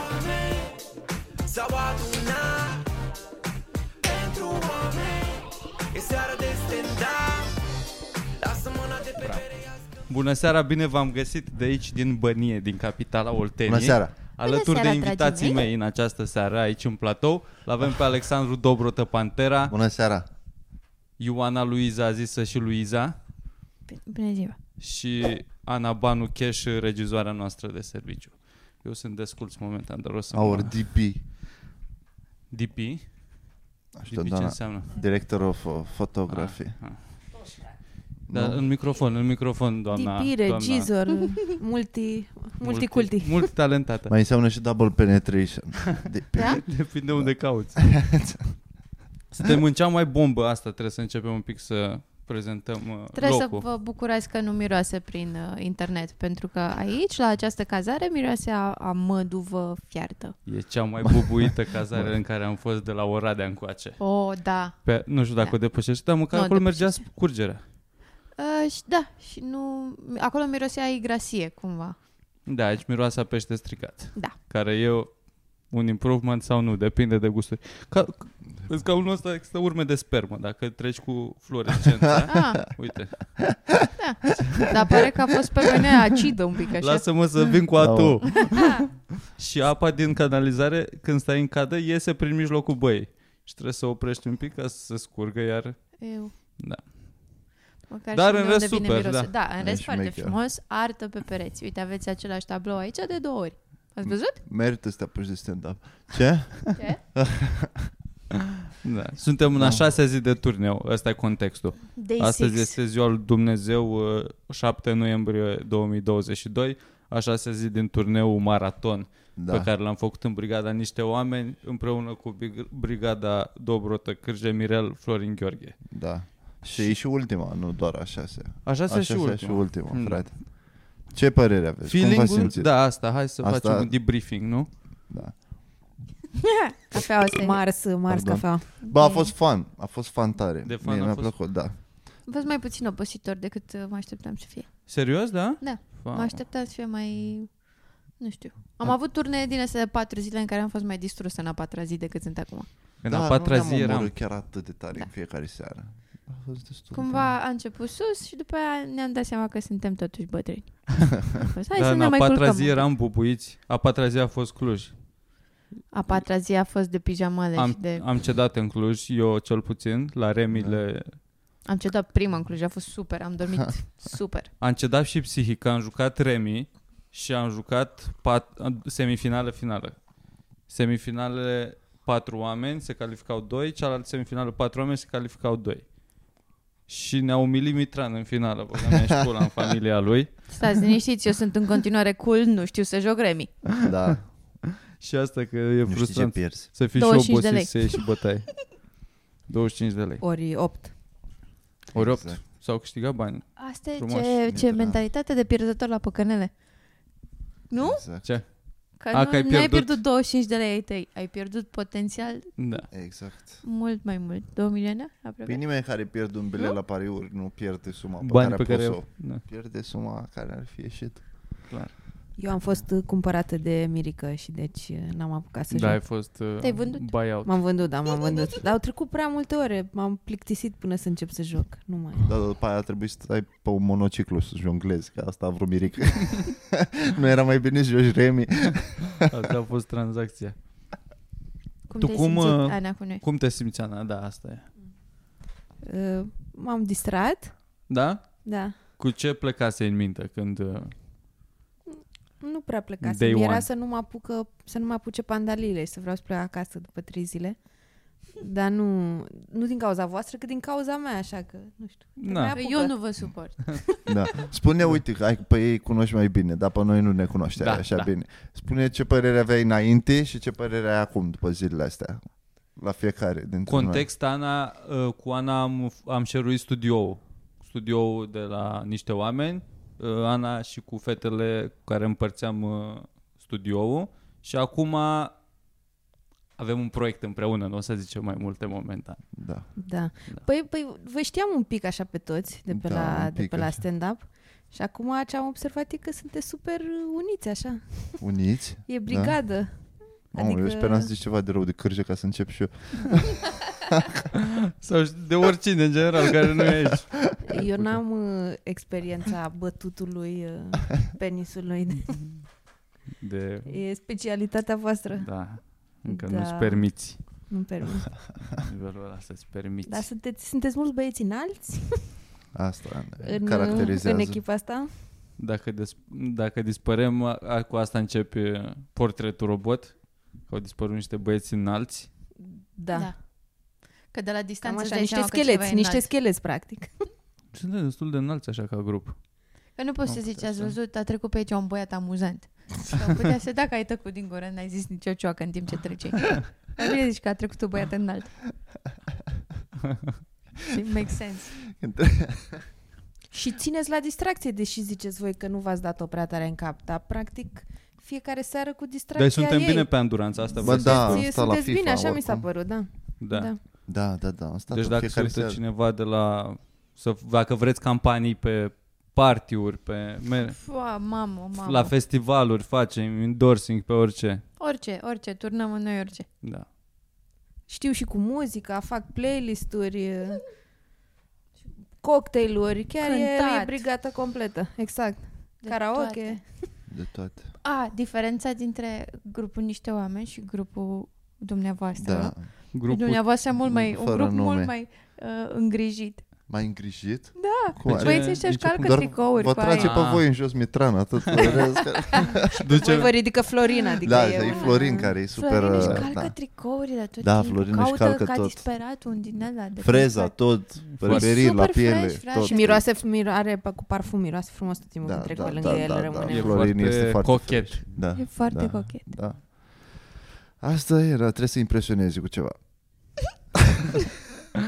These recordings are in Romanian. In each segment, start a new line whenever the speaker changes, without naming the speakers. oameni S-au adunat Pentru oameni E seara de stand-up Lasă mâna de pe pereia
Bună seara, bine v-am găsit de aici din Bănie, din capitala Olteniei.
Bună seara.
Alături
Bună seara,
de invitații
dragii mei.
mei în această seară aici în platou, l-avem pe Alexandru Dobrotă Pantera,
Bună seara!
Ioana Luiza zisă și Luiza
Bună ziua.
și Ana Banu Cheș, regizoarea noastră de serviciu. Eu sunt desculț momentan, dar o să
Aur
mă...
DP,
DP?
aștept,
DP ce
doamna,
înseamnă?
director of uh, photography.
Ah, ah. Da,
Nu?
în microfon, în microfon, doamna.
DP,
doamna-
regizor, multi, multiculti.
Multi, mult talentată.
Mai înseamnă și double penetration. DP.
Da?
Depinde unde cauți. Suntem în cea mai bombă asta, trebuie să începem un pic să prezentăm uh,
Trebuie
locul.
să vă bucurați că nu miroase prin uh, internet, pentru că aici, la această cazare, miroase a, a măduvă fiartă.
E cea mai bubuită cazare în care am fost de la Oradea încoace.
Oh, da.
Pe, nu știu dacă
Da.
o depășești, dar măcar
Nu o
acolo mergea scurgerea.
Uh, și da, și nu... Acolo mirosea igrasie, cumva.
Da, aici miroase a pește stricat,
Da.
care e un improvement sau nu, depinde de gusturi. Ca, în scaunul ăsta există urme de spermă, dacă treci cu fluorescența,
Ah,
uite.
dar pare că a fost pe mine acidă un pic așa. Ah,
Lasă-mă să vin cu
Da,
atu. și apa din canalizare, când stai în cadă, iese prin mijlocul băii. Și trebuie să oprești un pic ca să se scurgă iar...
Eu.
Da.
Măcar
Dar
și
în
de
rest
unde vine
super,
mirosul. da. în
E
rest
și
foarte
maker.
frumos, artă pe pereți. Uite, aveți același tablou aici de două ori.
Mm.
Ați văzut?
Merită să te apuci de stand-up. Ce?
Ce?
da. Suntem în a șasea zi de turneu, ăsta e contextul.
Day
Astăzi
six.
este ziua lui Dumnezeu, uh, 7 noiembrie 2022, a șasea zi din turneul maraton da. pe
Da.
care l-am făcut în brigada niște oameni împreună cu Big- brigada Dobrotă, Cârge, Mirel, Florin Gheorghe.
Da. Și e și ultima, nu doar a șasea.
Așa se
A
și
șasea
urcă.
și ultima,
Mm.
frate. Ce părere aveți? Cum v-ați
Feeling-ul,
simțit?
da, asta, hai să
Asta-
facem un debriefing, nu?
da.
Cafeaua asta e-
Mars, Mars
Pardon.
cafea.
Bă, a fost fan, a fost fan tare.
De fan
Mie
a
mi-a
fost-
plăcut, da.
A fost mai puțin obositor decât uh, mă așteptam să fie.
Serios, da?
Da.
Wow.
Mă așteptam să fie mai... Nu știu. Am avut turnee din astea de patru zile în care am fost mai distrusă în a patra zi decât sunt acum.
În
da,
a Păi, patra
nu ne-am
zi eram.
omorât chiar atât de tare
Da.
în fiecare seară. A fost destul de
Cumva a început sus și după aia ne-am dat seama că suntem totuși bătrâni. Am fost, Hai
Dar
să
Da, în
ne
a
mai
patra
culcăm.
zi eram bubuiți. A patra zi a fost Cluj.
A patra zi a fost de pijamale
Am,
și Deci de...
am cedat în Cluj, eu cel puțin, la remile.
Da.
Am cedat prima în Cluj, a fost super, am dormit super.
Am cedat și psihic, am jucat remi și am jucat pat, semifinală finală. Semifinale patru oameni, se calificau doi, cealaltă semifinală patru oameni, se calificau doi. Și ne-a umilit Mitran în finală, bă, că mi-a școala în familia lui.
Stați liniștiți, eu sunt în continuare cool, nu știu să joc remi.
tare. Da,
Și asta că e
nu știi ce
frustrant.
pierzi.
Să fii și
25 de
obosit
lei.
să iei și bătaie. 25 de lei.
Ori 8.
Ori 8.
Exact.
S-au câștigat bani.
Asta e
Frumos.
ce, ce
Da.
mentalitate de pierzător la păcănele. Nu?
Exact.
Ce?
Că
A,
nu,
că ai
ai pierdut. ai
pierdut.
pierdut 25 de lei ai tăi, ai pierdut potențial
Da.
Exact.
mult mai mult, 2 milioane aproape.
Pe Păi nimeni care pierde un bilet la pariuri nu pierde suma pe
Bani
care,
pe
a pus-o.
care... Da.
Pierde suma care ar fi ieșit.
Eu am fost uh, cumpărată de Mirica și deci uh, n-am apucat să
da, ai
joc.
fost uh,
Te-ai vândut?
buyout.
M-am vândut, da, m-am vândut. Dar au trecut prea multe ore, m-am plictisit până să încep să joc. Nu mai.
Da, dar după aia a trebuit să stai pe un monociclu să jonglezi, că asta a vrut Miric. nu era mai bine să joci remi.
Asta a fost tranzacția.
Cum
Tu
te-ai
cum,
simțit,
uh,
Ana, cu noi?
Cum te simți, Ana? Da, asta e.
Uh, M-am distrat,
Da?
da.
Cu ce plecase în minte când... uh,
Nu prea plecasem.
Day
Era
one.
să nu mă apucă, să nu mă apuce pandalile și să vreau să plec acasă după trei zile. Dar nu, nu din cauza voastră, cât din cauza mea, așa că, nu știu.
Na.
apucă.
Eu nu vă suport.
Da. Spune, uite, că ai, pe ei cunoști mai bine, dar pe noi nu ne cunoșteai
Da,
așa
da.
bine. Spune ce părere aveai înainte și ce părere ai acum, după zilele astea. La fiecare dintre
Context, Ana, uh, cu Ana am, am share studioul. Studioul de la niște oameni. uh, Ana și cu fetele cu care împărțeam uh, studioul. Și acum avem un proiect împreună, nu o să zicem mai multe momentan.
noi. Da.
Da. Păi, păi vă știam un pic așa pe toți de pe,
Da,
da,
un
la, de
pic
pe la
așa.
stand-up Și acum ce am observat e că sunteți super uniți, așa.
Uniți?
E brigadă.
Mamă, adică... eu
Adică-
speram să zici ceva de rău de cârje ca să încep și eu.
Sau de oricine, în general, care nu e aici.
Eu n-am uh, experiența bătutului uh, penisului.
De...
E specialitatea voastră.
Da. Încă
Da.
da. nu-ți permiți
Nu permit.
nivelul ăla să-ți permiți.
Dar sunteți, sunteți mulți băieți înalți
Asta ne
în, uh,
caracterizează.
în echipa asta?
Dacă, des- dacă dispărem, a- cu asta începe portretul robot. Că au dispărut niște băieți înalți.
Da. da.
Că de la
Cam
distanță îți
așa,
dai
niște
seama că ceva
scheleți,
e
niște
înalt.
scheleți, practic.
Suntem destul de înalți așa ca grup.
Că nu poți
Am
să zici,
putea
ați
să-
văzut, a trecut pe aici un băiat amuzant. Sau putea să, dacă ai tăcut din gură, n-ai zis nicio cioacă în timp ce treceai. Mai bine zici că a trecut un băiat înalt. Și make sense.
Și țineți la distracție, deși ziceți voi că nu v-ați dat-o prea tare în cap, dar practic fiecare seară cu distracția
Dar Deci suntem
ei.
bine pe anduranță, asta
Bă,
vă
da, am
Ție-
stat la
sunteți
FIFA,
bine, așa mi s-a
oricum.
părut, da.
da.
da.
Da, da, da. Am stat
Deci
în
dacă se
fiecare
uită
seară.
cineva de la... Să, dacă vreți campanii pe partiuri, pe mere,
Fua, mamă, mamă.
la festivaluri, facem endorsing pe orice.
Orice, orice, turnăm în noi orice.
Da.
Știu și cu muzica, fac playlisturi, cocktailuri, chiar e,
Cântat.
e brigata completă. Exact.
De
Karaoke.
Deci toate.
De toate.
A, diferența dintre grupul niște oameni și grupul dumneavoastră.
Da.
Deci
Grupul
Grupul
dumneavoastră mult mai, un
fără
grup
nume.
mult mai uh, îngrijit.
M-ai îngrijit?
Da,
Cum
Deci-
ai?
băieții ăștia își
Nici acum
calcă
Doar
tricouri
vă
cu aia.
trage pe
Ah.
voi în jos mitran, atât. Vă rez că-
Voi
duce...
vă ridică Florin, adică
da,
e
e
una-
Florin care e super...
Florin își
uh,
calcă
da.
tricourile tot
Da,
timpul.
Florin își
Caută
calcă
ca
tot.
disperat un din ăla de
Freza,
cântat.
tot, berberii la
super
piele.
fresh,
tot.
Și miroase, miro- are pe- cu parfum, miroase frumos tot timpul
Da,
când trec
da,
pe lângă
da,
el,
da, da.
rămâne.
E
Florin
foarte
este foarte
cochet.
fresh. Da,
E foarte
da,
cochet.
Da. Asta era, trebuie să impresionezi cu ceva.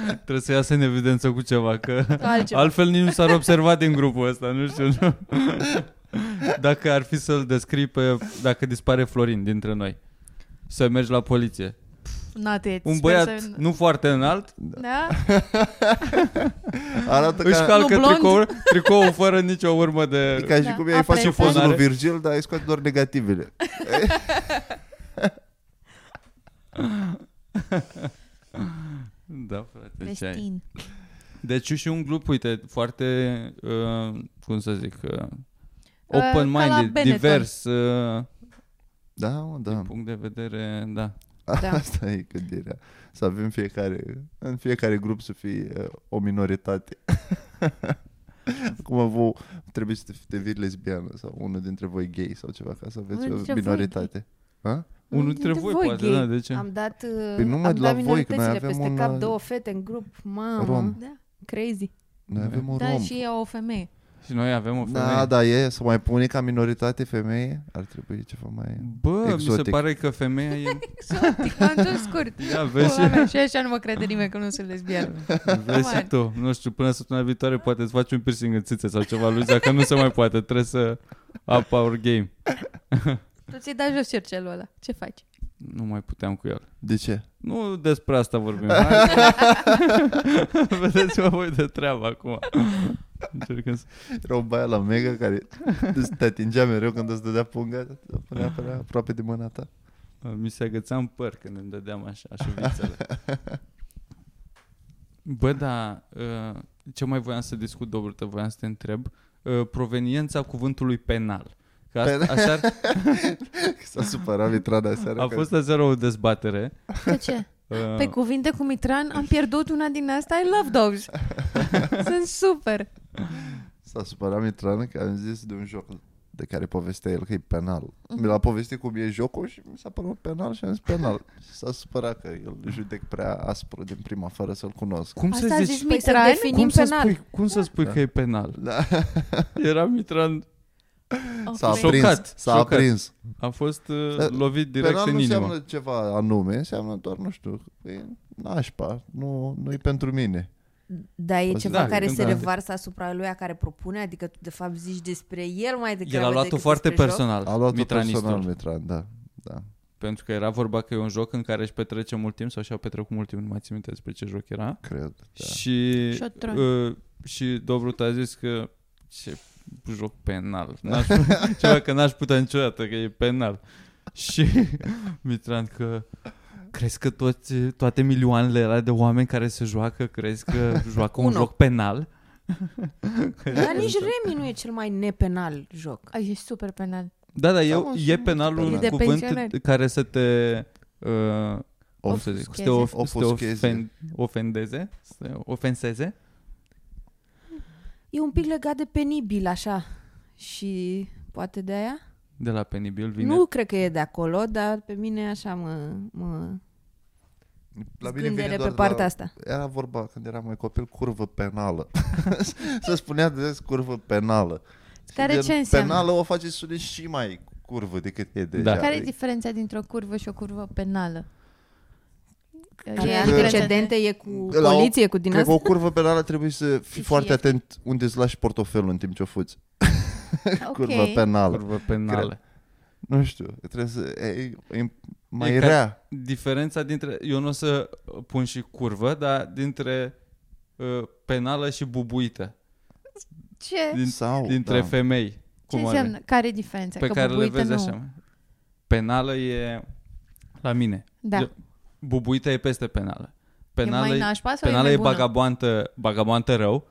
Trebuie să iasă în evidență cu ceva, că
Altceva.
altfel nici nu s-ar observa din grupul ăsta, nu știu. Nu? Dacă ar fi să-l descrii pe, dacă dispare Florin dintre noi, să mergi la poliție.
Not it.
Un
Sper
băiat
să-
nu foarte înalt,
Da?
Arată
își
ca,
calcă
Nu blond.
tricoul, tricoul fără nicio urmă de...
e ca și
Da,
cum ai face
aprezat.
pozul lui
Fonare.
Virgil, dar ai scoate doar negativele.
Da, frate, ce ai?
Vestin.
Deci și un grup, uite, foarte, uh, cum să zic, uh,
Uh, ca la
open-minded,
Benetton.
divers, uh,
Da, mă, da.
din punct de vedere, da.
Da.
Asta e gândirea. Să avem fiecare, în fiecare grup să fie uh, o minoritate. Acum vă trebuie să te devii lesbiană sau unul dintre voi gay sau ceva ca să aveți
Unul
o
dintre voi
minoritate. Ha?
Unul dintre voi, poate,
gay.
da, de ce?
Am dat, uh,
Păi
am
numai de la
dat
voi, că noi
minoritățile
avem
peste
un,
cap
uh,
două fete în grup. Mamă,
rom.
Da.
crazy.
Noi avem un
Da,
rom.
și e o femeie.
Și noi avem o femeie.
Da, da, e să mai pune ca minoritate femeie, ar trebui ceva mai...
Bă, mi se
Exotic.
pare că femeia e...
Exotic, am tot scurt.
Ia vezi și,
Oameni, și așa nu mă crede nimeni că nu sunt lesbiană.
vezi și tu. Nu știu, până săptămâna viitoare poate îți faci un piercing în țițe sau ceva lui, dacă nu se mai poate, trebuie să up our game.
Tu ți-ai dat jos cercelul ăla. Ce faci?
Nu mai puteam cu el.
De ce?
Nu despre asta vorbim. Hai. Vedeți-vă voi de treabă acum. Încercăm să...
Era o baia la mega care te atingea mereu când îți dădea punga, te punea până aproape de mâna ta.
Uh, Mi se agăța în păr când îmi dădeam așa șuvițele. Bă, da, uh, ce mai voiam să discut, Dobrută, voiam să te întreb. Uh, Proveniența cuvântului penal. Că asta,
Penal.
așa ar,
S-a supărat Mitrana seara.
A
că-
fost la zero o dezbatere.
De ce?
Uh,
Pe cuvinte Păi cu Mitran am pierdut una din asta. I love those. Sunt super.
S-a supărat Mitran că am zis de un joc de care povestea el că e penal.
Mhm.
Mi l-a povestit cum e jocul și mi s-a părut penal și am zis penal. Și s-a supărat că eu îl judec prea aspru din prima fără să-l cunosc.
cum
Asta
să
a
zici?
zis
Păi să
Mitran.
definim
cum să
penal.
spui, cum
Da.
să spui că e penal?
Da,
Era Mitran,
s-a
Șocat,
aprins. S-a
șocat.
aprins.
a fost uh,
Da,
lovit direct
Penal nu
în inimă.
înseamnă ceva anume, înseamnă doar, nu știu, e nașpa, nu, nu e pentru mine.
Da, e
Da,
ceva care se
da.
revarsă asupra lui a care propune, adică tu de fapt zici despre el mai degrabă
El a luat-o
decât
foarte
despre joc.
personal,
A luat-o
Mitranistul.
personal Mitran, da. da.
Pentru că era vorba că e un joc în care își petrece mult timp sau și-a petrecut mult timp, nu mai țin minte despre ce joc era.
Cred, da.
Și,
Șotron.
uh, și Dobru a zis că ce joc penal. N-aș, ceva că n-aș putea niciodată, că e penal. Și Mitran că crezi că toți, toate milioanele alea de oameni care se joacă, crezi că joacă un
Unul.
joc penal? Deci,
Dar nici Remi nu e cel mai nepenal joc.
Ai, e super penal.
Da, da,
mă,
eu,
și
e
nu
penal
știu
un
penal. E de
cuvânt
pensionari.
care să te... Uh, cum să zic, să te, of, să te
Ofuscheze.
ofen, ofendeze, să te ofenseze.
E un pic legat de penibil, așa. Și poate de aia?
De la penibil vine.
Vine. Nu cred că e de acolo, dar pe mine așa mă, mă
La mine vine
zgândere
doar
pe partea
la...
asta.
Era vorba când eram mai copil, curvă penală. Se spunea des curvă penală. Și
Care
de
ce înseamnă?
Penală o faceți să sune și mai curvă decât e deja.
Da.
Care e
Adică-
diferența dintre o curvă și o curvă penală? Că
Care
e
are
diferența
precedente,
de-
Adică e cu
La o-
poliție, cu din
Cred că
asta.
o curvă penală trebuie să fii
Și
foarte
e-
atent unde îți lași portofelul în timp ce o fuți.
Ok.
Curvă penală.
Curvă penală.
Nu știu, trebuie să... E, e, e mai
E
e
ca-
rea.
Diferența dintre, eu nu o să pun și curvă, dar dintre uh, penală și bubuită,
Ce?
din,
Sau,
dintre
da.
femei.
Ce
Cum ar fi?
înseamnă? Care e diferența?
Pe
că
care le
bubuită
vezi
nu.
așa. Penală e la mine.
Da.
Eu- Bubuită e peste penală.
e
Penală
mai
e,
nașpa sau
penală
e,
e,
mai bună?
bagaboantă, bagaboantă rău,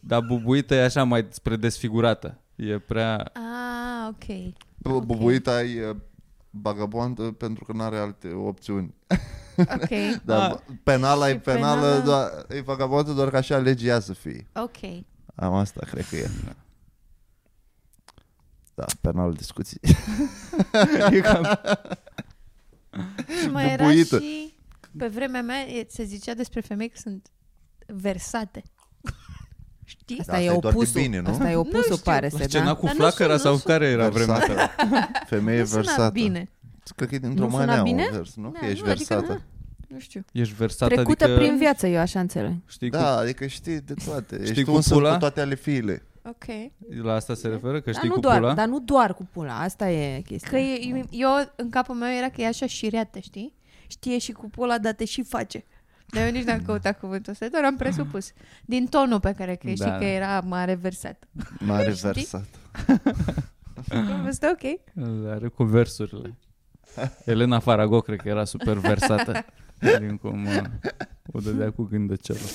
dar bubuită e așa mai spre desfigurată. E prea...
Ah, ok.
Okay. Bubuita e bagaboantă pentru că nu are alte opțiuni.
Ok,
Dar
Ah.
penala
Și
e penală,
penală-
doar, e vagabondă doar că așa alege ea să fie.
ok.
Am asta, cred că e. Da, penal discuții.
e cam
Și mai era
Bubuită.
și... Pe vremea mea e- se zicea despre femei că sunt versate. Știi?
Asta
Da,
e
asta e doar de
opusul.
bine, nu?
Asta e opusul,
știu.
pare
La
să,
scena
da?
cu
Dar nu
flacăra
sună,
sau
nu
care era
Versată.
vremea ta?
Femeie
nu suna
versată.
bine.
Cred că e dintr-o
Nu suna
manea
bine?
un vers, nu?
Da,
că ești
nu, adică
versată.
Nu știu.
Ești versată,
Trecută
adică...
prin viață, eu așa înțeleg.
Știi
da, adică știi de toate.
Știi
ești
cu
unsă
pula?
cu toate ale fiile.
Ok.
cum, la asta se referă? Că
Dar
știi
nu,
cu
doar,
pula?
da.
dar nu doar cu pula, asta e chestia.
Că e, eu, în capul meu era că e așa șireată, știi? Știe și cu pula, dar te și face. Dar eu nici n-am căutat cuvântul ăsta, doar am presupus. Din tonul pe care că știi
Da.
că era mare versat.
Mare
Știi?
versată.
Am văzut, ok.
Are cu versurile. Elena Farago cred că era super versată. din cum uh, o dădea cu gând de celor.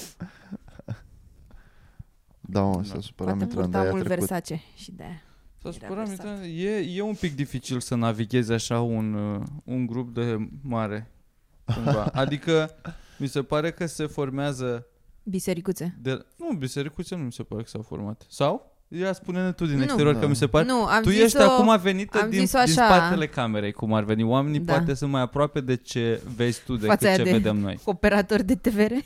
Da, mă, s-a supărat
Poate
Mitran,
purta
dar i-a
mult
trecut.
versace și de aia.
S-a
Era
supărat,
versat.
Mitran. e, e un pic dificil să navighezi așa un, uh, un grup de mare. Cumva. Adică mi se pare că se formează
Bisericuțe.
de... Nu, bisericuțe nu mi se pare că s-au format. Sau? Ia spune-ne tu din
Nu.
exterior că
Da.
mi se pare...
nu, am
tu
zis
ești
o...
acum venită
am
din, din
zis-o așa.
spatele camerei, cum ar veni. Oamenii
Da.
poate sunt mai aproape de ce vezi tu decât
Fața aia
ce
de-
vedem noi.
operator de TVR.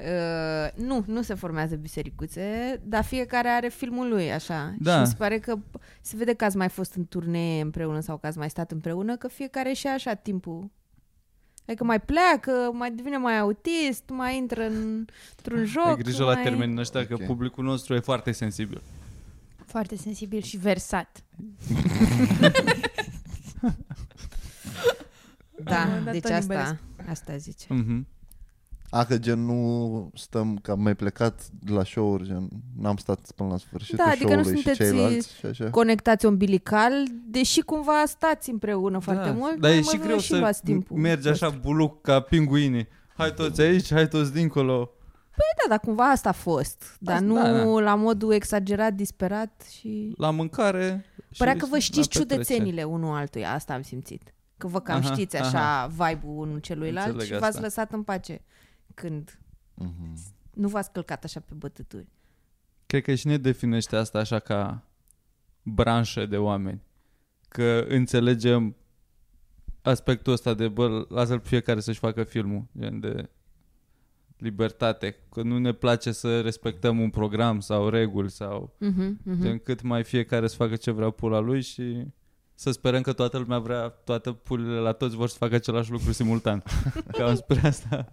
Uh, nu, nu se formează bisericuțe, dar fiecare are filmul lui, așa.
Da.
Și mi se pare că p- se vede că ați mai fost în turnee împreună sau că ați mai stat împreună, că fiecare și așa timpul. Adică mai pleacă, mai devine mai autist, mai intră în, într-un joc.
Ai grijă
mai...
la termenii ăștia, că
Ok.
publicul nostru e foarte sensibil.
Foarte sensibil și versat. Am
Da,
dat
deci
Tony
asta,
Bălescu.
asta zice.
Mhm.
A, că gen nu stăm, că am mai plecat la show-uri, gen, n-am stat până la sfârșitul
Da, adică nu
show-ului și
sunteți-
ceilalți și așa.
Conectați umbilical, deși cumva stați împreună foarte
da.
mult,
dar e
mai
și
mult
greu
și
să
luați timpul.
mergi așa buluc ca pinguinii. Hai toți aici, hai toți dincolo.
Da, dar cumva asta a fost. Dar
Asta-
nu
da, da.
la modul exagerat, disperat și...
La mâncare. și
Părea că vă
la
știți
petrecere.
ciudățenile unul altuia, asta am simțit. Că vă cam
Aha,
știți așa vibe-ul unul celuilalt
Înțeleg
și v-ați
asta.
lăsat în pace când
Mhm.
nu v-ați călcat așa pe bătături.
Cred că și ne definește asta așa ca branșă de oameni. Că înțelegem aspectul ăsta de bă, lasă-l pe fiecare să-și facă filmul. Gen de libertate. Că nu ne place să respectăm un program sau reguli sau
Uh-huh,
Gen cât mai fiecare să facă ce vrea pula lui și să sperăm că toată lumea vrea, toate pulile la toți vor să facă același lucru simultan. Cam spre asta.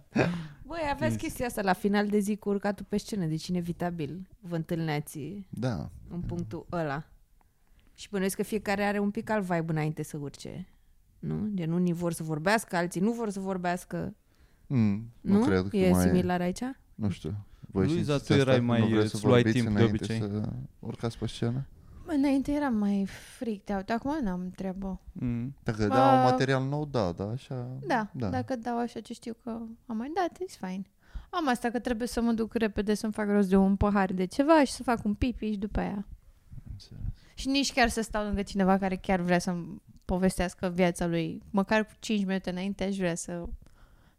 Băi, aveați chestia asta la final de zi cu urcatul pe scenă, deci inevitabil vă întâlneați
Da.
în punctul ăla. Și bănuiesc că fiecare are un pic alt vibe înainte să urce. Nu? Gen unii vor să vorbească, alții nu vor să vorbească.
Mm,
Nu?
nu cred că
e
mai
similar aici?
Nu știu. voi
Luiza,
știți
tu
asta?
erai mai,
Nu vreți
îți
să
luai
vorbiți
timp de
înainte
obicei.
Să urcați pe scenă?
Înainte eram mai freaked out, acum n-am treabă.
Mm.
Dacă
Ba-
da un material nou, da, da, așa...
Da,
Da.
da, dacă dau așa ce știu că am mai dat, e fine. Am asta că trebuie să mă duc repede să-mi fac rost de un pahar de ceva și să fac un pipi și după aia.
Înțeles.
Și nici chiar să stau lângă cineva care chiar vrea să-mi povestească viața lui. Măcar cu 5 minute înainte aș vrea să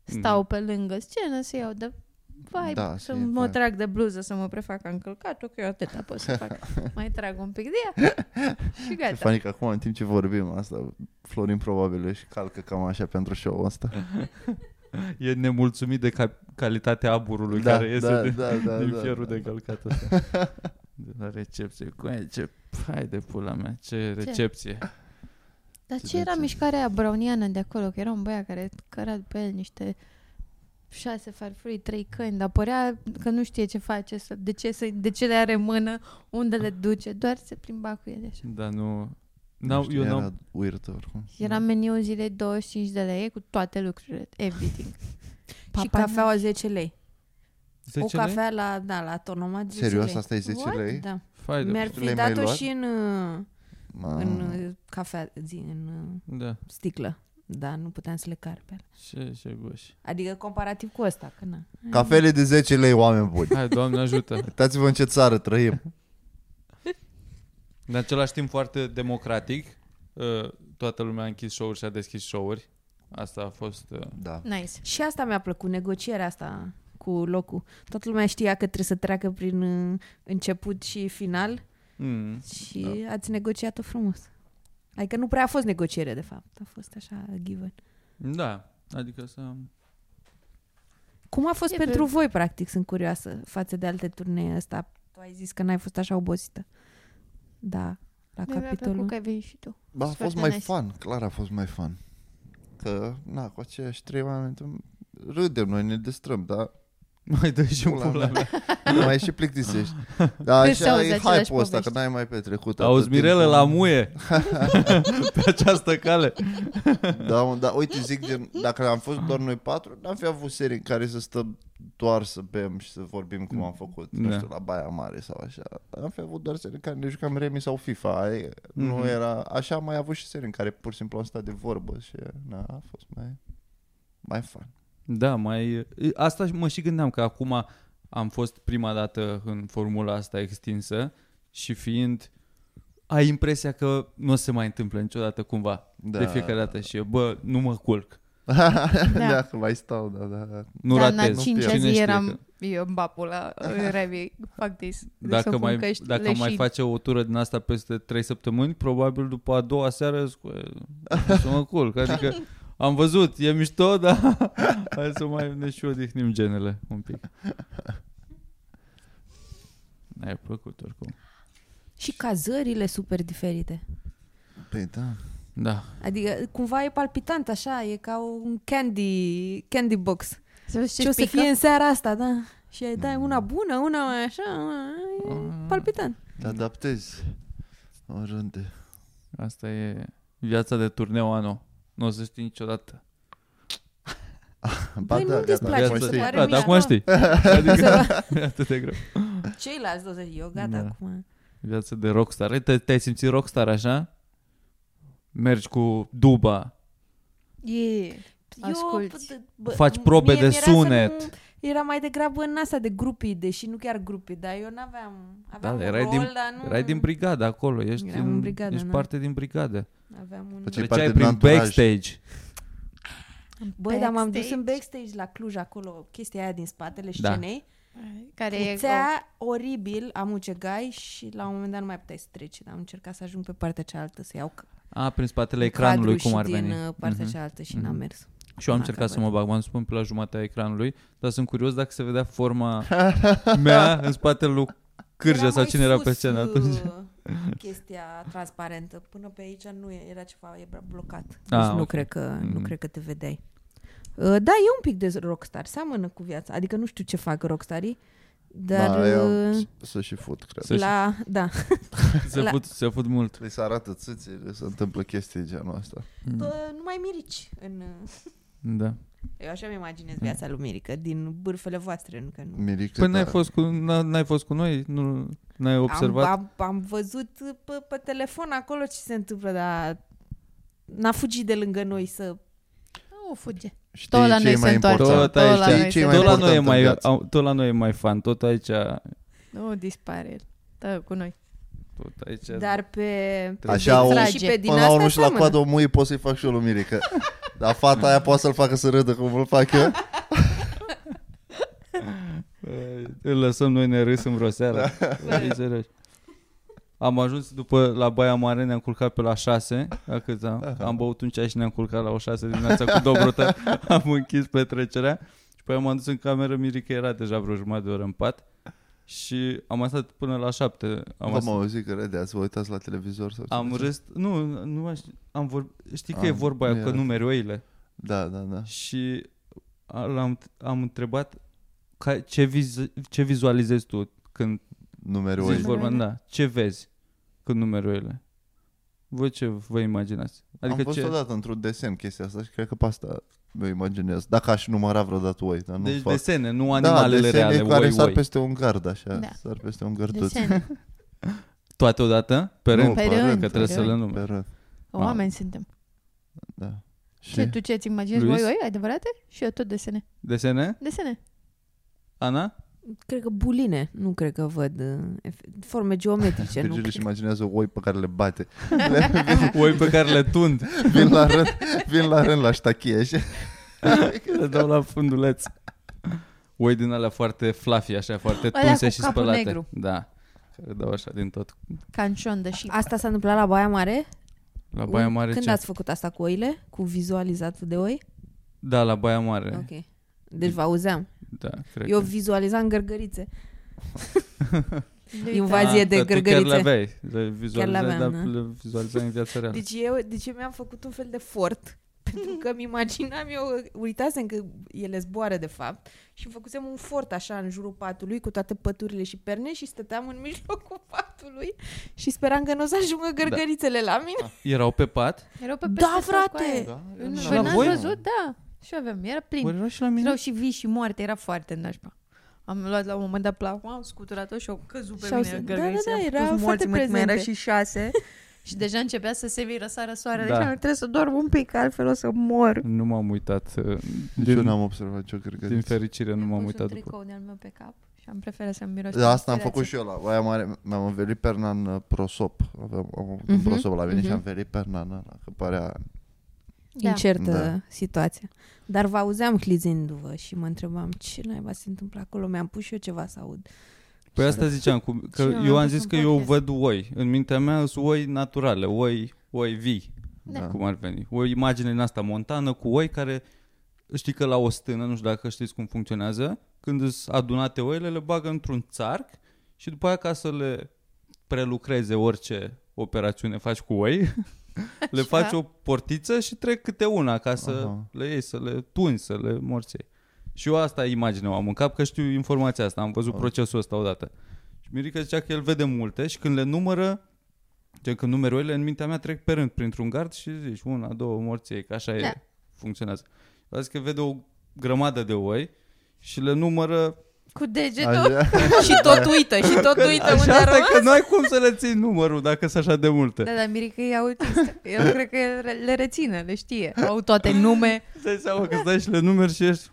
stau pe lângă scenă, să iau de vibe,
Mhm. Da,
da,
să
să
iei
mă
vibe.
trag de bluză, să mă prefac că am călcat-o, că eu atâta pot să fac. Mai trag un pic de ea și
E
gata.
funny că acum, în timp ce vorbim asta, Florin probabil își calcă cam așa pentru show-ul ăsta.
E nemulțumit de ca- calitatea aburului
Da,
care iese
da,
din,
da, da,
din
da,
fierul
da,
de
da.
călcat ăsta. De la recepție. Coaie, ce... Hai de pula mea, ce recepție.
Dar
Să uh,
ce era
dați-
mișcarea aia browniană de acolo? Că era un băiat care căra pe el niște șase farfurii, trei câini, dar părea că nu știe ce face, să, de, ce să, de ce le are în mână, unde le duce, doar se plimba cu ele așa.
Da, nu...
Nu
N-au,
știu,
eu
era
n-am,
weird oricum.
Era meniul zilei 25 de lei cu toate lucrurile, everything.
și
Papa
cafeaua 10 lei.
10
o cafea la, da, la tonomat 10
Serios,
lei.
asta e 10
What?
lei?
Da.
Fai de
Mi-ar
pula.
fi
Le-ai mai
dat-o
luat? Ah.
și în, uh,
Ma,
în uh, cafea, zi, în uh,
Da.
sticlă. Da, nu puteam să le car pe ele.
Ce, ce goși.
Adică comparativ cu ăsta, că na.
Cafele de 10 lei, oameni buni.
Hai, Doamne ajută.
Uitați-vă în ce țară trăim.
În același timp foarte democratic. Uh, Toată lumea a închis show-uri și a deschis show-uri. Asta a fost... uh,
Da.
Nice.
Și asta mi-a plăcut, negocierea asta cu locul. Toată lumea știa că trebuie să treacă prin uh, început și final
Mm.
și da. ați negociat-o frumos. Adică nu prea a fost negociere, de fapt. A fost așa given.
Da, adică să...
Cum a fost
E
e pentru
pe-
pe... voi, practic? Sunt curioasă față de alte turnee ăsta. Tu ai zis că n-ai fost așa obosită. Da, la
Mi-a
capitolul.
plăcut că ai venit și tu.
Ba, a fost
Foarte
mai
nice.
fun, clar a fost mai fun. Că, na, cu aceiași trei oameni râdem, noi ne distrăm, dar
Mai dă și
Pula
pula, pula
mea.
mea.
mai și plictisești. Dar
Când se
așa
auzi
e
aceleași
hype-ul ăsta, că
povești.
n-ai mai petrecut
Auzi,
atât timp
Mirele
cu-
la muie pe această cale.
Da, mă, da, uite, zic, gen, dacă am fost doar noi patru, n-am fi avut serii în care să stăm doar să bem și să vorbim cum am făcut, nu
Da.
știu, la Baia Mare sau așa. Am fi avut doar serii în care ne jucam remi sau FIFA, ai, nu
Mhm.
era... Așa am mai avut și serii în care pur și simplu am stat de vorbă și, na, a fost mai... Mai fun.
Da, mai... Asta mă și gândeam că acum am fost prima dată în formula asta extinsă și fiind ai impresia că nu se mai întâmplă niciodată cumva
Da.
de fiecare dată și eu, bă, nu mă culc,
da. că mai stau, da, da. da.
nu
Dar în a
ratez.
cincea
Cine
zi
știe
eram
că-
eu în bapula, în Remi, fac this.
Deci
Dacă,
Să
mai,
pun căști
dacă
leșini.
mai face o tură din asta peste 3 săptămâni, probabil după a doua seară scu- o să mă culc. Adică am văzut, e mișto, dar hai să mai ne și odihnim genele un pic. Ne-ai plăcut oricum.
Și cazările super diferite.
Păi da.
Da.
Adică cumva e palpitant așa, e ca un candy, candy box.
Să vezi
Ce,
ce,
o să
spică.
fie în seara asta, da? Și ai
Mm.
dai una bună, una mai așa, una, e palpitant.
Te adaptezi oriunde.
Asta e viața de turneu ano. Nu o să știi niciodată.
Ba
Păi nu-mi
gata,
displace,
acum
mi se
știi.
pare
da,
mișto.
dar acum știi. Adică e atât de greu.
Ceilalți 20, eu gata
Da.
acum.
Viața de rockstar. Ei, Te, te-ai simțit rockstar așa? Mergi cu duba,
Yeah.
Eu,
Asculți.
bă, bă,
Faci probe
mie
de
mi-era să nu-
sunet.
Era mai degrabă în asta de grupii, deși nu chiar grupii, dar eu n-aveam, aveam
Da,
un
erai
rol,
din-
dar nu...
Erai din brigadă acolo, ești,
Eram
în,
în brigadă,
ești
da.
parte din brigadă.
Aveam un...
Făceai- Deci E parte
Treceai
din
prin
anturaj.
backstage.
Băi, dar m-am dus
backstage.
în backstage la Cluj, acolo, chestia aia din spatele
Da.
scenei.
Care e
Puțea oribil, am ucegai și la un moment dat nu mai puteai să treci, dar am încercat să ajung pe partea cealaltă, să iau c-
A, prin spatele
cadrul
ecranului,
și
cum ar
din
veni.
uh, partea
Mhm.
cealaltă și n-am
Mhm.
mers.
Și eu am
n-a
încercat să
căpăt.
mă bag, m-am spun pe la jumatea ecranului, dar sunt curios dacă se vedea forma mea în spatele lui Cârja
Era
sau
mai
cine era
sus,
pe scenă
uh,
atunci.
Chestia transparentă, până pe aici nu e, era ceva, e blocat. Deci
Ah,
nu,
ok.
cred că, nu
Mhm.
cred că te vedeai. Uh, Da, e un pic de rockstar, seamănă cu viața. Adică nu știu ce fac rockstarii, dar
Da, eu
uh,
s- să și fut, cred.
Să-
la, da,
Se
la-
fut, se fut mult.
Li se arată
Mm.
țâțele, se întâmplă chestii genul ăsta.
Bă, nu mai mirici în... uh,
Da.
Eu așa mi
Mm.
imaginez viața lui Mirica, din bârfele voastre, încă nu.
Mirica,
Păi n-ai
da.
fost cu, n- n-ai fost cu noi? Nu, n-ai observat?
Am, am, am văzut pe, pe telefon acolo ce se întâmplă, dar n-a fugit de lângă noi să...
Nu fuge.
Știi
Tot la
ce
noi
e mai
se întoarce.
important?
Tot aici.
la noi
Știi ce e
se
mai
tot, la noi e
important în
mai,
viață.
au- tot la noi e mai fan, tot aici,
Nu dispare el. Tă cu noi.
tot aici.
Dar pe...
Așa,
pe
o-
și pe din
Până la urmă și
asta
la
seamănă.
coadă o muie pot să-i fac și eu lui Mirica. Dar fata aia poate să-l facă să râdă cum îl fac eu.
Îl lăsăm noi ne râs în vreo seară.
Da.
Ei, serios. Am ajuns după la Baia Mare, ne-am culcat pe la 6, la cât
Da,
am, da, am băut un ceai și ne-am culcat la o 6 dimineața cu Dobrotă, am închis petrecerea și pe m-am dus în cameră, Mirica era deja vreo jumătate de oră în pat și am stat până la 7. Am,
Am
astat,
auzit că râdeați, vă uitați la televizor sau ce
am
faceți?
râs, nu, nu mai știu, am vorb, știi că
Am-
e vorba aia
e
că
asta.
numeri oile
Da, da, da.
și am, am întrebat ca, ce, viz, ce vizualizezi tu când
Numerul
Zici
ei.
vorba,
Numerele?
da. Ce vezi cu numerele? Voi ce vă imaginați?
Adică
Adică
am fost
ce...
odată într-un desen chestia asta și cred că pe asta mi-o imaginez. Dacă aș număra vreodată oi, dar nu
deci
fac.
desene, nu
da,
animalele
desene
reale,
care
oi,
sar
oi.
peste un gard, așa.
Da.
Sar peste un gărduț.
Desene.
Toate odată? Pe
Nu,
rând?
Pe
pe
rând,
rând,
că
pe
trebuie să
rând.
le
Pe
numeri.
rând,
Oameni suntem.
da. Și
Ce, tu ce-ți imaginezi?
Luis?
Oi, oi, adevărate? Și eu tot desene.
Desene?
Desene.
Ana?
Cred că buline, nu cred că văd uh, efe- forme geometrice, nu
Virgil
cred.
își imaginează oi pe care le bate.
Oi pe care le tund.
Vin la rând, vin la rând la ștachie și
le dau la funduleț. Oi din alea foarte fluffy, așa, foarte
Alea
tunse
cu
și
capul
spălate.
negru.
Da. Care dau așa din tot.
Cancion de și.
Asta s-a întâmplat la Baia Mare?
La Baia Mare
Când
ce?
ați făcut asta cu oile? Cu vizualizat de oi?
Da, la Baia Mare.
Ok. Deci vă auzeam.
Da, cred
Eu
că.
vizualizam gărgărițe.
Uite.
Invazie
Da.
de
dar tu chiar
gărgărițe.
le aveai. Le vizualizai,
aveam,
dar
da.
le vizualizai în viața reală.
Deci eu, deci eu mi-am făcut un fel de fort pentru că îmi imaginam eu, uitasem că ele zboară de fapt și îmi făcusem un fort așa în jurul patului cu toate păturile și perne și stăteam în mijlocul patului și speram că nu o să ajungă
Da.
gărgărițele la mine.
Erau pe pat?
Erau pe
Da,
peste tot cu
frate!
aia.
Da,
Nu,
Și Păi
Voi
la
n-ați
voi?
văzut? Da. Și avem. Era plin.
Ori erau și la mine?
Erau și vii și moarte. Era foarte nașpa. Am luat la un moment dat plahua, am scuturat-o și au căzut pe
Și-au
mine
zis- da,
gărgărițele.
da, da,
Am
era
putut
foarte
mă, cum Era
prezente.
și șase. și deja începea să se vii răsară soarele
Da.
da. și am zis, trebuie să dorm un pic, altfel o să mor.
Nu m-am uitat. uh,
Nici Deci eu
Din,
n-am observat ce gărgărițe.
din fericire nu
Mi-am
m-am
pus
uitat
un
după.
tricou de-al meu pe cap și am preferat să-mi miros.
Da, asta am făcut și eu la Baia Mare. Mi-am învelit perna în uh, prosop. Aveam am avut un
Mhm,
prosop la mine și
mhm.
am învelit perna în ăla, că părea...
Da.
Incertă
Da.
situația. Dar vă auzeam hlizindu-vă și mă întrebam ce naiba se întâmplă acolo, mi-am pus și eu ceva să aud.
Păi asta ziceam, cu, că
Și eu
eu
am
am
pus
zis
un
că eu
podcast.
văd oi. În mintea mea sunt oi naturale, oi, oi vii,
Da.
Da.
cum ar veni. O imagine din asta montană cu oi care, știi că la o stână, nu știu dacă știți cum funcționează, când sunt adunate oile, le bagă într-un țarc și după aia ca să le prelucreze orice operațiune faci cu oi, le
Așa.
faci o portiță și trec câte una ca să
Aha.
le iei, să le tunzi, să le morței. Și eu asta imaginea o am în cap, că știu informația asta, am văzut
Ah.
procesul ăsta odată. Și Mirica zicea că el vede multe și când le numără, gen când numerurile în mintea mea trec pe rând printr-un gard și zici una, două morții, că așa
Da.
e, funcționează. Vă că vede o grămadă de oi și le numără
Cu degetul.
Așa,
și tot uită, și tot uită unde
așa
a
asta
rămas.
că nu ai cum să le ții numărul dacă sunt așa de multe.
Da, dar Mirica e autistă. Eu cred că re- le reține, le știe. Au toate nume.
Îți dai seama că
Da.
stai și le numeri și ești...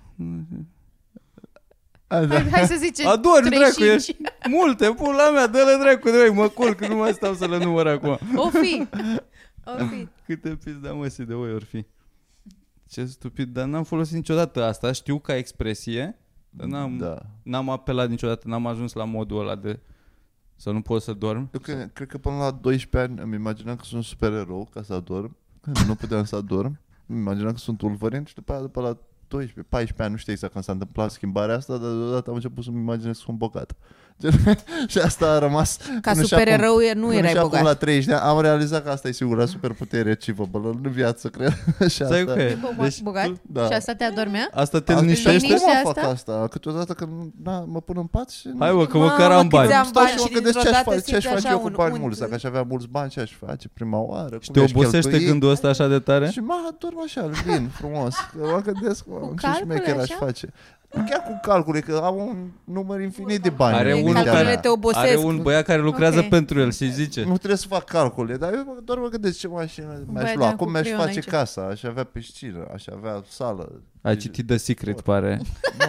Hai, hai să zicem
Adormi, Da. dracu,
35.
ești multe, pula mea, dă-le dracu de oi, mă culc, nu mai stau să le număr acum.
O fi.
Da.
O fi.
Câte pizda măsii de oi ori fi. Ce stupid, dar n-am folosit niciodată asta, știu ca expresie, dar n-am,
Da.
n-am apelat niciodată, n-am ajuns la modul ăla de să nu pot să dorm.
Eu cred, cred că până la 12 ani îmi imaginam că sunt supererou ca să adorm. Când nu puteam să adorm, îmi imaginam că sunt Wolverine și după aia după la 12, 14 ani, nu știu exact când s-a întâmplat schimbarea asta, dar deodată am început să-mi imaginez că sunt bogat. Gen, și asta a rămas
Ca
până și
super
acum.
rău e, nu
Până
erai
și acum
bogat.
la 30 de ani am realizat că asta e singura superputere achievable în viață, cred. și
Stai
asta.
cu
E
e.
bogat.
Deci,
bogat.
tu-
Da.
Și asta te adormea?
asta te
Asta-
liniștește?
liniște-
Cum mă fac
asta?
asta? Câteodată când na, mă pun în pat și...
Hai bă, că
Mamă,
măcar am
câți
bani.
ani-
Stau
bani
și
și
mă gândesc
dintr-o
ce-aș
dată
face, ce-aș
simți
face
așa
eu cu
un
bani
unt.
mulți. Dacă aș avea mulți bani, ce-aș face prima oară?
Și te obosește
gândul.
gândul ăsta așa de tare?
Și mă adorm așa, lin, frumos. Că Mă gândesc, mă, ce
calcul,
șmecher aș
așa?
face. Chiar cu calcule, că am un număr infinit de bani.
Are
în
unul
mintea
care-
mea.
Calculele te obosesc.
Are un băiat care lucrează
Ok.
pentru el și zice
Nu trebuie să fac calcule, dar eu doar mă gândesc ce mașină mi-aș
Băi,
lua.
da,
Cum
cu
mi-aș
creionă
face
aici.
casa, aș avea piscină, aș avea sală.
Ai citit The Secret, pare
Nu,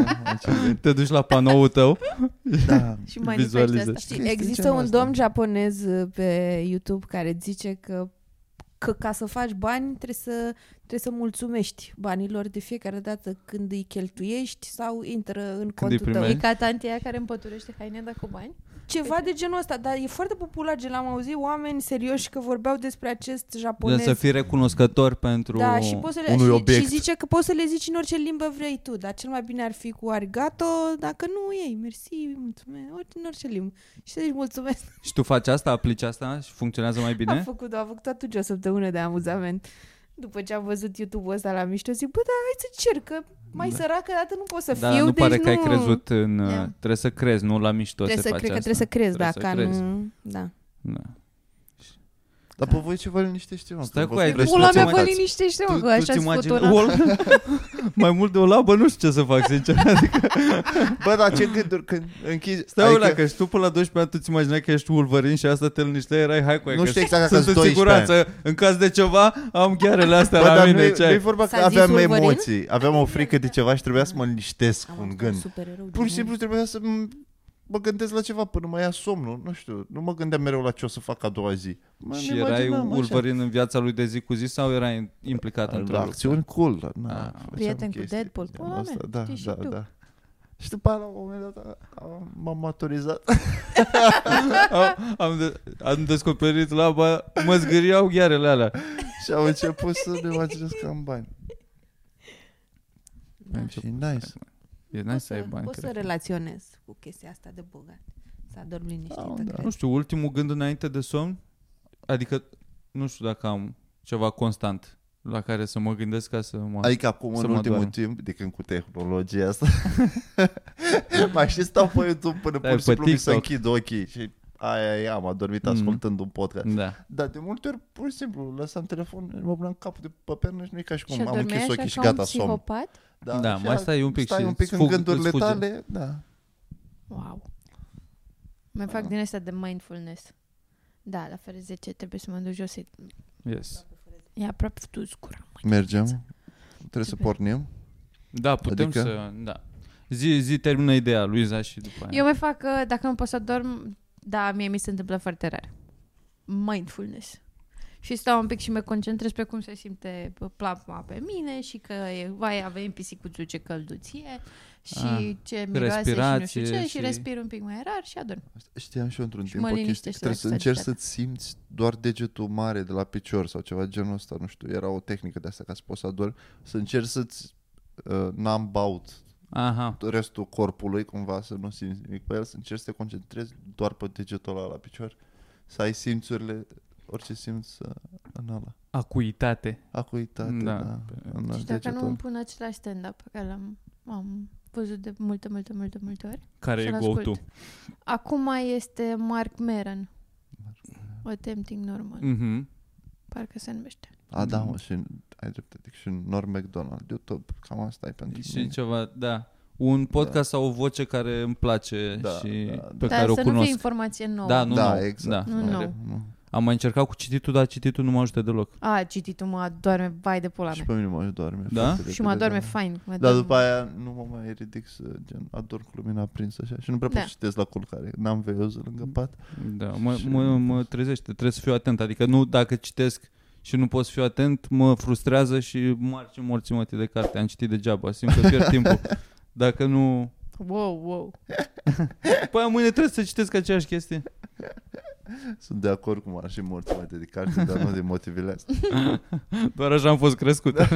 nu, am citit.
Te duci la panoul tău
Da.
Și manifeste
Vizualizezi.
asta.
Știi,
Chestii
există
genul
un
ăsta.
domn japonez uh, pe YouTube care zice că, că ca să faci bani trebuie să, trebuie să mulțumești banilor de fiecare dată când îi cheltuiești sau intră în
îi
contul tău.
primești.
E ca tantia aia care împăturește haine, dar cu bani?
Ceva de genul ăsta, dar e foarte popular, gen am auzit oameni serioși că vorbeau despre acest
Gen
japonez.
să fii recunoscător pentru
da, și, poți să le,
unui
și,
obiect.
și zice că poți să le zici în orice limbă vrei tu, dar cel mai bine ar fi cu arigato, dacă nu ei, mersi, mulțumesc, ori- în orice limbă. Și să zici mulțumesc.
Și tu faci asta, aplici asta și funcționează mai
Am
bine?
făcut, am făcut atunci o săptămână de amuzament. După ce am văzut YouTube-ul ăsta la mișto, zic, bă, da, hai să cer, că mai
Da.
săracă dată nu pot să
Dar
fiu,
nu
deci
pare
nu...
că ai crezut în... uh,
Da.
Trebuie să crezi, nu la mișto
Trebuie
se
să,
face
cred că
asta.
trebuie să crezi, da,
Trebuie
ca
să crezi.
nu... Da.
Da.
Dar pe voi ce vă liniștește, mă?
Stai
că
cu
vă
aia,
vreți
pula
Pula
să
mea,
mea,
mă,
vă
mâncați.
liniștește,
Tu-
mă, că
tu
așa-ți
ți-imagini-
fătura.
O labă? Mai mult de o labă nu știu ce să fac, sincer. Adică,
Bă, dar ce gânduri când închizi...
stai
adică-
adică... că și tu până la 12 ani tu ți imaginai că ești Wolverine și asta te liniște, erai hai cu aia,
Nu
că
știu exact dacă
sunt
sunt
în
12
siguranță. În caz de ceva, am ghearele astea
Bă,
la
dar
mine.
nu e,
ce
nu
ai?
e vorba că
S-a zis
aveam
Wolverine?
emoții, aveam o frică de ceva și trebuia să mă liniștesc cu un gând.
Supererou
Pur și simplu trebuia să m- mă gândesc la ceva până mă ia somnul, nu știu, nu mă gândeam mereu la ce o să fac a doua zi. Mă
Și
îmi
erai
imaginam așa.
Wolverine în viața lui de zi cu zi sau erai implicat
Da,
într-o
la acțiuni cool. Da, na,
Ah.
făceam
Prieten cu
chestii
Deadpool,
de genul
pula mea,
ăsta, Da,
știi și
da,
tu.
da. Și după aia, la un moment dat, am- m-am maturizat.
am, am, de, am descoperit laba, mă zgâriau ghearele alea.
Și am început să ne imaginez că am bani.
Da.
Și nice.
E
Poți
nice să ai
să,
bani.
poți să
cred.
relaționez cu chestia asta de bogat. Să adormi liniștită,
Da, da.
cred.
Nu știu, ultimul gând înainte de somn, adică nu știu dacă am ceva constant la care să mă gândesc ca să mă...
Adică acum,
Să
în
mă
ultimul
doarm.
timp, de când cu tehnologia asta, mai și stau pe YouTube până
Da,
pur și
pe
simplu mi se
TikTok.
închid ochii și aia e, am adormit
Mhm.
ascultând un podcast.
Da.
Dar de multe ori, pur și simplu, lăsam telefonul, mă puneam capul de pe pernă și nu e ca și
Și
cum am
adormeai
închis
așa
ochii și
ca
gata,
un
somn.
psihopat?
Da,
și
mai
a-
stai un pic
stai
și
un pic
îți
în
fug-
gândurile
îți fuge.
tale, da.
Wow. Mai fac din asta de mindfulness. Da, la fel 10 trebuie să mă duc jos. să-i-
Yes.
E aproape tu scura.
Mergem. Trebuie să
Super.
pornim.
Da, putem
Adică?
adică? să... Da. Zi, zi, termină ideea, Luiza, și după aia.
Eu mai fac, uh, dacă nu pot să dorm, da, mie mi se întâmplă foarte rar. Mindfulness. Și stau un pic și mă concentrez pe cum se simte bă, plapma pe mine și că e, vai, avem pisicuțul ce călduție și
Ah,
ce miroase și nu știu ce
respirație
și...
și-
respir un pic mai rar și adorm.
Știam și eu într-un
Și
timp
mă
o chestie că
liniștește
trebuie să încerci
relaxarea.
să-ți simți doar degetul mare de la picior sau ceva genul ăsta, nu știu, era o tehnică de asta ca să poți să adormi, să încerci să-ți uh, numb out
Aha.
restul corpului cumva să nu simți nimic pe el, să încerci să te concentrezi doar pe degetul ăla la picior, să ai simțurile, orice simț uh, în ăla.
Acuitate.
Acuitate, da.
Da.
da în
și dacă nu
degetul.
îmi pun același stand-up pe care l-am am văzut de multe, multe, multe, multe ori.
Care
și-l
e
ascult.
go-to?
Acum este Mark Maron. Attempting Normal,
Mhm.
parcă se numește.
A, da, mă, și ai dreptate, și Norm McDonald, YouTube, cam asta e pentru
Și
mine.
ceva, da. Un podcast sau o voce care îmi place
Da,
și
da, da.
pe
Dar
care
Dar
o
să nu fie
cunosc.
informație nouă.
Da, nu
Da,
nou.
exact.
Da.
Nu, nu.
nu.
Am mai încercat cu cititul, dar cititul nu mă ajută deloc.
A, cititul mă adorme, vai de pula
Și
mea.
pe mine mă doarme.
Da?
foarte
Și mă
repede,
adorme
da.
fain.
Dar
Mă adorme.
după aia nu mă mai ridic să gen, adorm cu lumina aprinsă așa și nu prea pot
Da.
să citesc la culcare. N-am veioză lângă pat.
Da, mă,
Și-
mă, mă trezește, trebuie să fiu atent. Adică nu dacă citesc și nu pot să fiu atent, mă frustrează și mari și morți motive de carte. Am citit degeaba, simt că pierd timpul. Dacă nu...
Wow, wow.
Păi mâine trebuie să citesc aceeași chestie.
Sunt de acord cu ar și morți mai de carte, dar nu de motivele astea.
Doar așa am fost crescut. Da.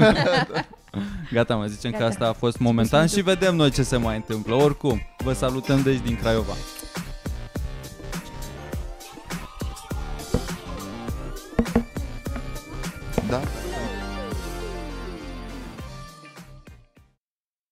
Gata, mă, zicem
Gata.
că asta a fost momentan și vedem noi ce se mai întâmplă. Oricum, vă salutăm deci din Craiova.
Da?